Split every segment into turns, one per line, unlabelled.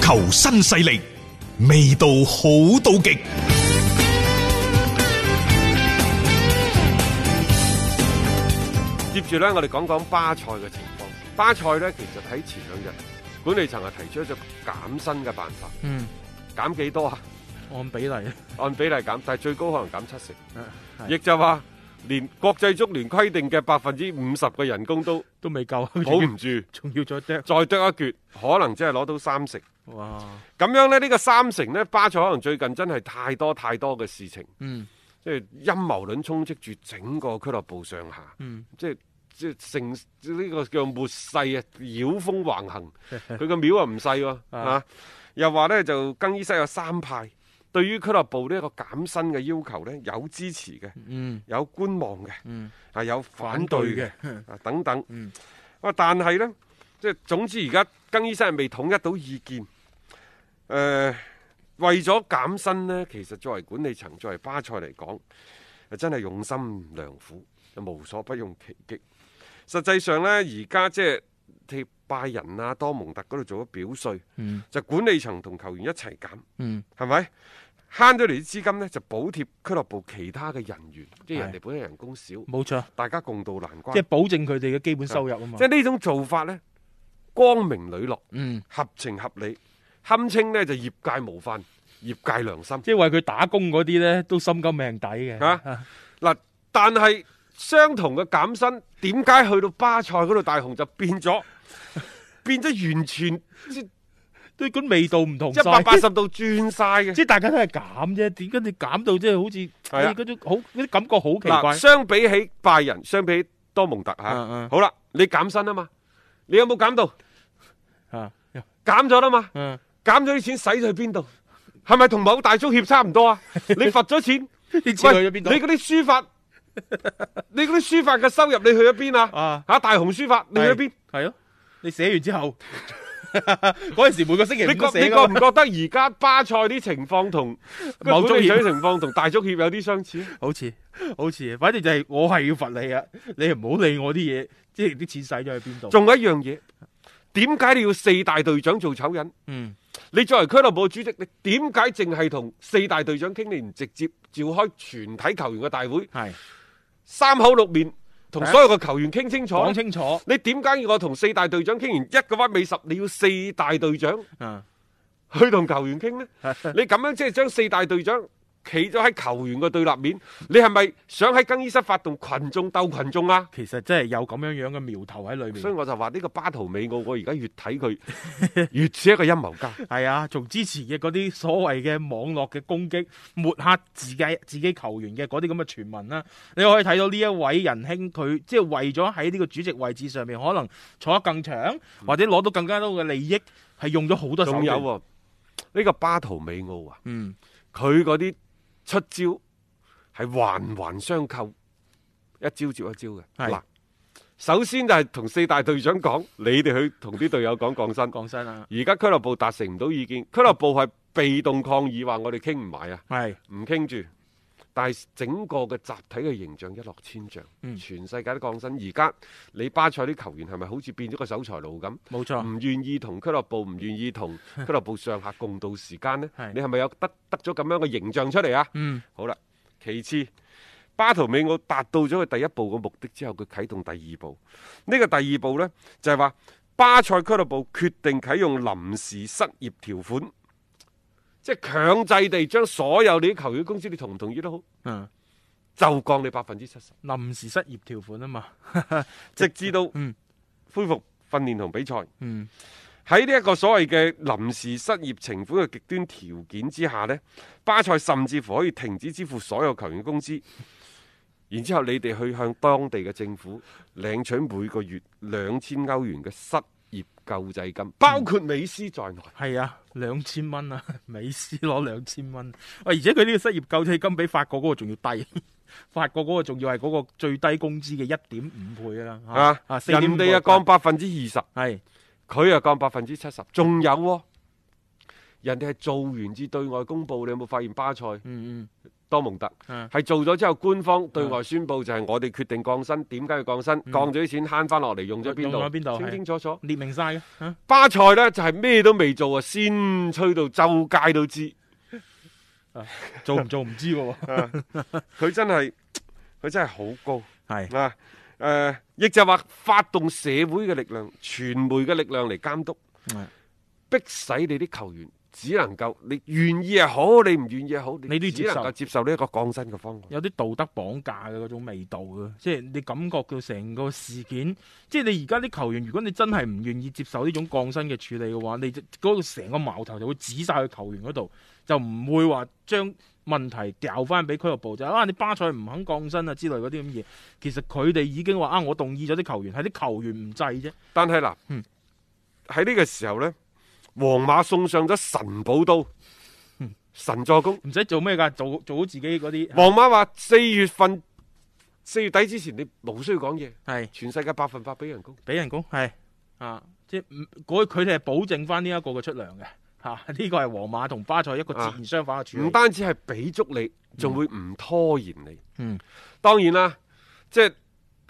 球新勢力，味道好到極。
接住呢，我哋講講巴塞嘅情況。巴塞呢，其實喺前兩日管理層係提出咗減薪嘅辦法，
嗯，
減幾多啊？
按比例，
按比例減，但係最高可能減七成，亦
亦
就話連國際足聯規定嘅百分之五十嘅人工都
都未夠，
保唔住，
仲要再啄，
再剁一橛，可能真係攞到三成。
哇，
咁樣呢，呢、個三成呢，巴塞可能最近真係太多太多嘅事情，
嗯
即係陰謀論充斥住整個俱樂部上下。
嗯，
即係即係成呢、個叫末世啊，妖風橫行。佢個廟啊唔細喎，啊又話呢，就更衣室有三派，對於俱樂部呢一個減薪嘅要求呢，有支持嘅，
嗯
有觀望嘅，
嗯，
啊有反對嘅，啊等等。
嗯
啊，但係呢，即係總之而家更衣室係未統一到意見。誒、為咗減薪呢，其實作為管理層，作為巴塞嚟講，啊真係用心良苦，無所不用其極。實際上呢，而家即係踢拜仁啊、多蒙特嗰度做咗表率，
嗯
就管理層同球員一齊減，
嗯，
係咪？慳咗嚟啲資金呢，就補貼俱樂部其他嘅人員，即係人哋本身人工少，
冇錯，
大家共度難關。
嗯即係保證佢哋嘅基本收入啊嘛
即，係呢種做法呢，光明磊落、
嗯，
合情合理，堪稱呢就業界模範、業界良心。
即係為佢打工嗰啲咧都心甘命抵嘅，
啊嗱，但係相同嘅減薪，點解去到巴塞嗰度大雄就變 咗變咗完全一
都嗰味道唔同晒
百八十度轉晒嘅？
即係大家都係減啫，點解你減到即係好似
係啊
哎嗰種好嗰啲感覺好 奇
嗱，
怪？
相比起拜仁，相比起多蒙特吓，
嗯嗯
好啦，你減薪啊嘛，你有冇減到？
啊，
減咗啦嘛。
嗯，
減咗啲錢使咗去邊度？係咪同某大足協差唔多啊？你罰咗 錢，你
錢去咗邊度
你嗰啲書 法，你嗰啲書法嘅收入你去咗邊啊？
啊
嚇大雄書法你去咗邊？
係咯，你寫完之 後，嗰陣時每個星期
你
五都
覺你
寫
覺
㗎
唔
嘛
覺得而家巴塞啲情況同
某足協
管理層啲情況同 大足協有啲相似？
好似好似，反正就係我係要罰你啊！你唔好理我啲嘢，即係啲錢使咗去邊度。
仲有一樣嘢，點解你要四大隊長做醜人？
嗯，
你作為俱樂部主席，你點解淨係同四大隊長傾？你唔直接召開全體球員嘅大會，
係
三口六面同所有嘅球員傾清楚？
啊講清楚
你點解要我同四大隊長傾完一個屈尾十，你要四大隊長
啊！
去同球員傾呢？你咁樣即係將四大隊長企咗喺球員嘅對立面，你係咪想喺更衣室發動群眾鬥群眾啊？
其實真係有咁樣樣嘅苗頭喺裏
所以
面。
我就話呢個巴圖美奧，我而家越睇佢 越似一個陰謀家。
係啊，從之前嘅嗰啲所謂嘅網絡嘅攻擊、抹黑自己自己球員嘅嗰啲咁嘅傳聞啦，你可以睇到呢一位仁兄佢即係為咗喺呢個主席位置上面可能坐得更長，或者攞到更加多嘅利益，係用咗好多手
仲
段。
有喎、呢個巴圖美奧啊，
嗯，
佢嗰啲出招係環環相扣，一招接一招嘅。
係
嗱，首先就係同四大隊長講，你哋去同啲隊友講降薪。
講真啊，
而家俱樂部達成唔到意見，俱樂部係被動抗議，話我哋傾唔埋啊，
係
唔傾住。但係整個嘅集體嘅形象一落千丈，
嗯
全世界都降薪。而家你巴塞啲球員係咪好似變咗個守財奴咁？
冇錯。
唔願意同俱樂部，唔願意 同俱樂部上下共度時間呢？
係
你係咪有得得咗咁樣嘅形象出嚟啊？
嗯，
好啦，其次，巴圖美奧達到咗佢第一步嘅目的之後，佢啟動第二步。呢、個第二步呢，就係、話巴塞俱樂部決定啟用臨時失業條款，即係強制地將所有你啲球員工資，你同唔同意都好，
嗯。
就降你百分之七十，
臨時失業條款啊嘛，
直至到
嗯
恢復訓練同比賽。
嗯
喺呢一個所謂嘅臨時失業情款嘅極端條件之下呢，巴塞甚至乎可以停止支付所有球員工資，然之後你哋去向當地嘅政府領取每個月兩千歐元嘅失業救濟金，包括美斯在內。
係啊，兩千蚊啊， 美斯攞兩千蚊，喂，而且佢呢個失業救濟金比法國嗰個仲要低， 法國嗰個仲要係嗰個最低工資嘅一點五倍啦，
啊！
4.5
人哋啊降百分之二十，
係
佢啊降百分之七十，仲有喎、人哋係做完至對外公佈，你有冇發現巴塞
嗯嗯
多蒙特
嗯
係做咗之後，官方對外宣佈就係我哋決定降薪，點解要降薪？降咗啲錢慳翻落嚟用咗邊
用咗邊
度？
度
清清楚楚。
列明晒嘅，啊
巴塞呢，就係咩都未做啊，先吹到周街都知。
做唔做唔知 嘅
佢真係佢真係好高。
喎，系
啊！誒、亦就話發動社會嘅力量、傳媒嘅力量嚟監督，
嗯
逼使你啲球員只能夠你願意又好，你唔願意又好，
你都要
只
接
能
受
夠接受呢一個降薪嘅方案。
有啲道德綁架嘅嗰種味道嘅，即係你感覺到成個事件，即係你而家啲球員，如果你真係唔願意接受呢種降薪嘅處理嘅話，你就嗰個成個矛頭就會指晒去球員嗰度，就唔會話將問題掉翻俾俱樂部就啊，你巴塞唔肯降薪啊之類嗰啲咁嘢。其實佢哋已經話啊，我動議咗啲球員，係啲球員唔制啫。
但係嗱，
嗯
喺呢個時候呢，皇馬送上咗神寶刀、
嗯
神助攻。
唔使做咩㗎，做做好自己嗰啲
皇馬話四月份四月底之前你無需要講嘢，
係
全世界百分百俾人工。
俾人工係啊，即係唔嗰佢哋係保證翻呢一個嘅出糧嘅 嚇，呢、個係皇馬同巴塞一個截然相反嘅處理。
啊
啊
唔單止係俾足你，仲會唔拖延你。
嗯，
當然啦，即係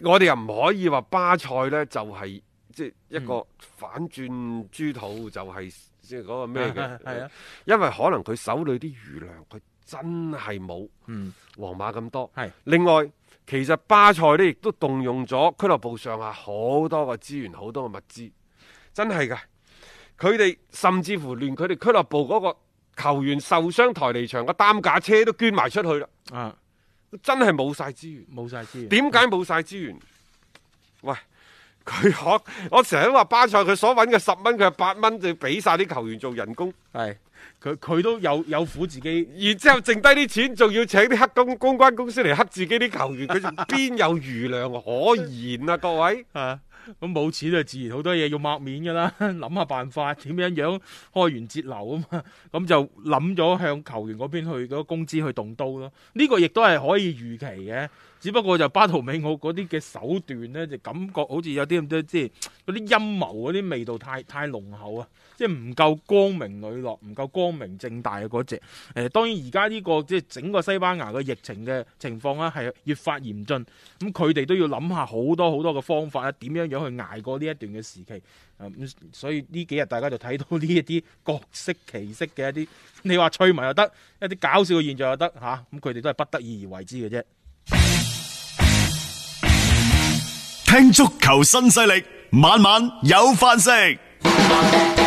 我哋又唔可以話巴塞呢就係、即係一
嗯
個反轉豬肚，就係、即係嗰個咩嘅？
係啊，
因為可能佢手裏啲餘糧，佢真係冇
嗯，
皇馬咁多。
係
另外，其實巴塞呢亦都動用咗俱樂部上下好多個資源，好多個物資，真係㗎。佢哋甚至乎連佢哋俱樂部嗰個球員受傷抬離場嘅擔架車都捐埋出去啦，
啊，
真係冇晒資源。
冇晒資源。
點解冇晒資源？喂，佢可我成日都話巴塞佢所揾嘅十蚊，佢係八蚊就要俾晒啲球員做人工，
係佢佢都有有苦自己。
然之後剩低啲錢仲要請啲黑公公關公司嚟黑自己啲球員，佢仲邊有餘糧可言啊？各 位，
啊！咁冇錢就自然好多嘢要抹面㗎啦， 諗下辦法點樣樣開源節流啊嘛，咁就諗咗向球員嗰邊去嗰個工資去動刀咯。呢、個亦都係可以預期嘅，只不過就巴圖美奧嗰啲嘅手段咧，就感覺好似有啲咁多即係嗰啲陰謀嗰啲味道太太濃厚啊，即係唔夠光明磊落，唔夠光明正大嘅嗰只。誒、當然而家呢個即係整個西班牙嘅疫情嘅情況啦，係越發嚴峻。咁佢哋都要諗下好多好多嘅方法啊，點樣樣去捱過呢一段嘅時期。啊咁所以呢幾日大家就睇到呢一啲各式其式嘅一啲，你話趣聞又得，一啲搞笑嘅現象又得嚇，咁佢哋都係不得已而為之嘅啫。
聽足球新勢力，晚晚有飯食。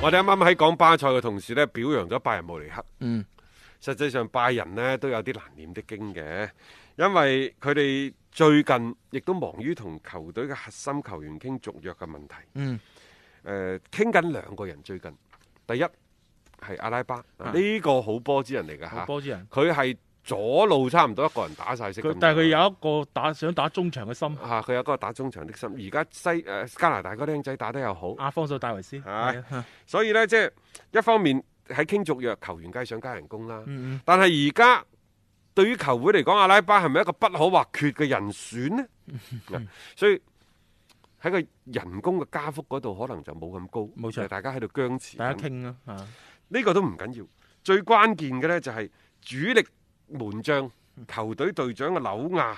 我哋啱啱喺講巴塞嘅同時呢，表揚咗拜仁慕尼黑。
嗯，
實際上拜仁呢都有啲難念的經嘅，因為佢哋最近亦都忙於同球隊嘅核心球員傾續約嘅問題。
嗯，
誒傾緊兩個人最近，第一係阿拉巴，
啊
呢個好波之人嚟㗎嚇，
波之人，
佢係左路差唔多一個人打晒色咁
佢
樣。
但係佢有一個打想打中場嘅心，
啊，佢有嗰個打中場的心，而家西誒、加拿大嗰啲僆仔打得又好，
阿方索戴維斯，
係
係啊
所以呢，即係一方面喺傾續約，球員梗係想加人工啦，
嗯嗯
但係而家對於球會嚟講，阿拉巴係咪一個不可或缺嘅人選 呢？啊所以喺個人工嘅加幅嗰度，可能就冇咁高，
冇錯
大家喺度僵持緊，
大家傾啦嚇，
呢個都唔緊要，最關鍵嘅呢就係主力門
嗯
將、球隊隊長嘅紐亞，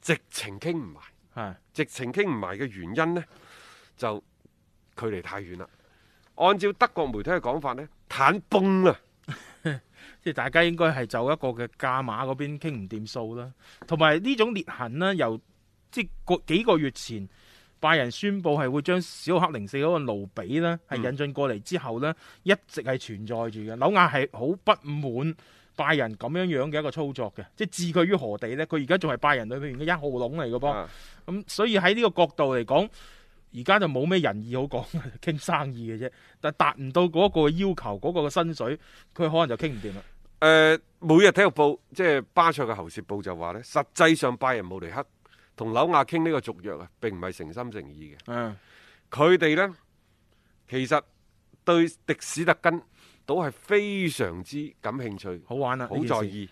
直情傾唔埋，
係
直情傾唔埋嘅原因呢，就距離太遠啦。按照德國媒體嘅講法呢，坦崩啊！
即係大家應該係就一個嘅價碼嗰邊傾唔掂數啦，同埋呢種裂痕呢，由即係個幾個月前拜仁宣布係會將小黑零四嗰個盧比呢係引進過嚟之後呢，一直係存在住嘅。紐亞係好不滿拜仁咁樣樣嘅一個操作嘅，即係置佢於何地呢？佢而家仲係拜仁裏面嘅一號籠嚟嘅噃。
啊
咁、所以喺呢個角度嚟講，而家就冇咩仁義好 講，傾生意嘅啫。但達唔到嗰個要求，嗰、個嘅薪水，佢可能就傾唔掂啦。
誒、每日體育報即係巴塞嘅喉舌報就話呢，實際上拜仁慕尼黑同紐亞傾呢個續約啊，並唔係誠心誠意嘅。
嗯，
佢哋呢，其實對迪史特根都係非常之感興趣，
好玩啦，
好
啊呢件
在，
事
意。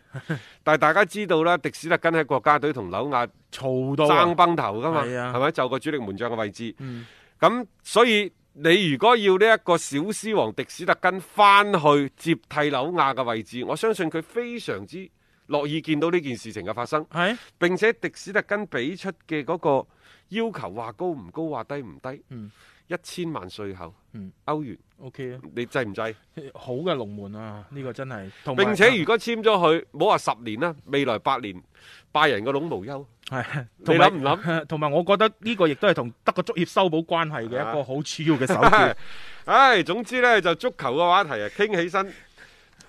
但係大家知道啦，迪史特根喺國家隊同紐亞
嘈到啊
爭崩頭噶嘛，
係啊
係咪、就個主力門將嘅位置，
嗯
咁所以你如果要呢一個小獅王迪斯特根翻去接替紐亞嘅位置，我相信佢非常之樂意見到呢件事情嘅發生。
係
並且迪斯特根俾出嘅嗰個要求話高唔高，話低唔低，
嗯
一千萬税後、
嗯
歐元，
OK 啊，
你制唔制？
好嘅龍門啊，呢、個真係。同埋
並且如果簽咗佢，唔好話十年啦，未來八年拜仁嘅籠無憂，
係
你
同埋
諗唔諗？
同埋我覺得呢個亦都係同德國足協修補關係嘅一
啊
個好主要嘅 手段。
唉、總之呢，就足球嘅話題啊，傾起身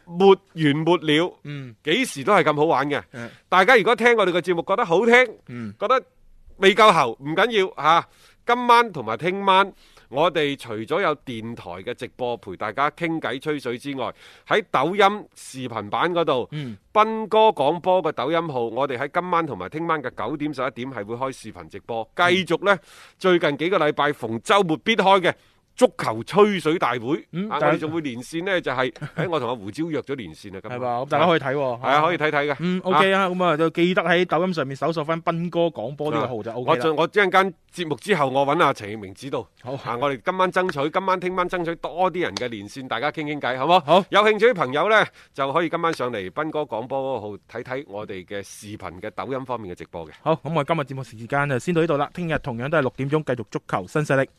沒完沒了，
嗯
幾時都係咁好玩嘅
嗯。
大家如果聽我哋嘅節目覺得好聽，
嗯，
覺得未夠喉唔緊要嚇。今晚同埋聽晚，我哋除咗有電台嘅直播陪大家傾偈吹水之外，喺抖音視頻版嗰度，
嗯
斌哥廣播嘅抖音號，我哋喺今晚同埋聽晚嘅九點十一點係會開視頻直播，繼續呢，最近幾個禮拜逢週末必開嘅。足球吹水大會，
嗯
啊我
大
哋仲會連線呢，就係、喺我同阿胡椒約咗連線啊，咁
係吧？咁大家可以睇喎。
係啊，可以睇睇嘅。
嗯
啊
，OK 啊，咁啊就記得喺抖音上面搜索翻斌哥廣播呢個號就
啊我
OK 啦。哦
盡我一陣間節目之後，我揾阿陳奕明指導。
好
啊，我哋今晚爭取，今晚聽晚爭取多啲人嘅連線，大家傾傾偈，好冇？
好
有興趣嘅朋友呢，就可以今晚上嚟斌哥廣播嗰個號睇睇我哋嘅視頻嘅抖音方面嘅直播嘅。
啊好，咁我哋今日節目時間就先到呢度啦。聽日同樣都係六點鐘繼續足球新勢力。